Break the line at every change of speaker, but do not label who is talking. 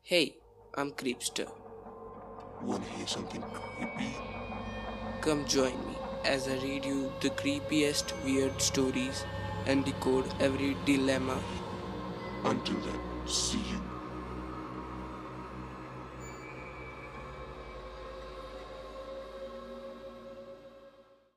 Hey, I'm Creepster.
Wanna hear something creepy?
Come join me as I read you the creepiest weird stories and decode every dilemma.
Until then, see you.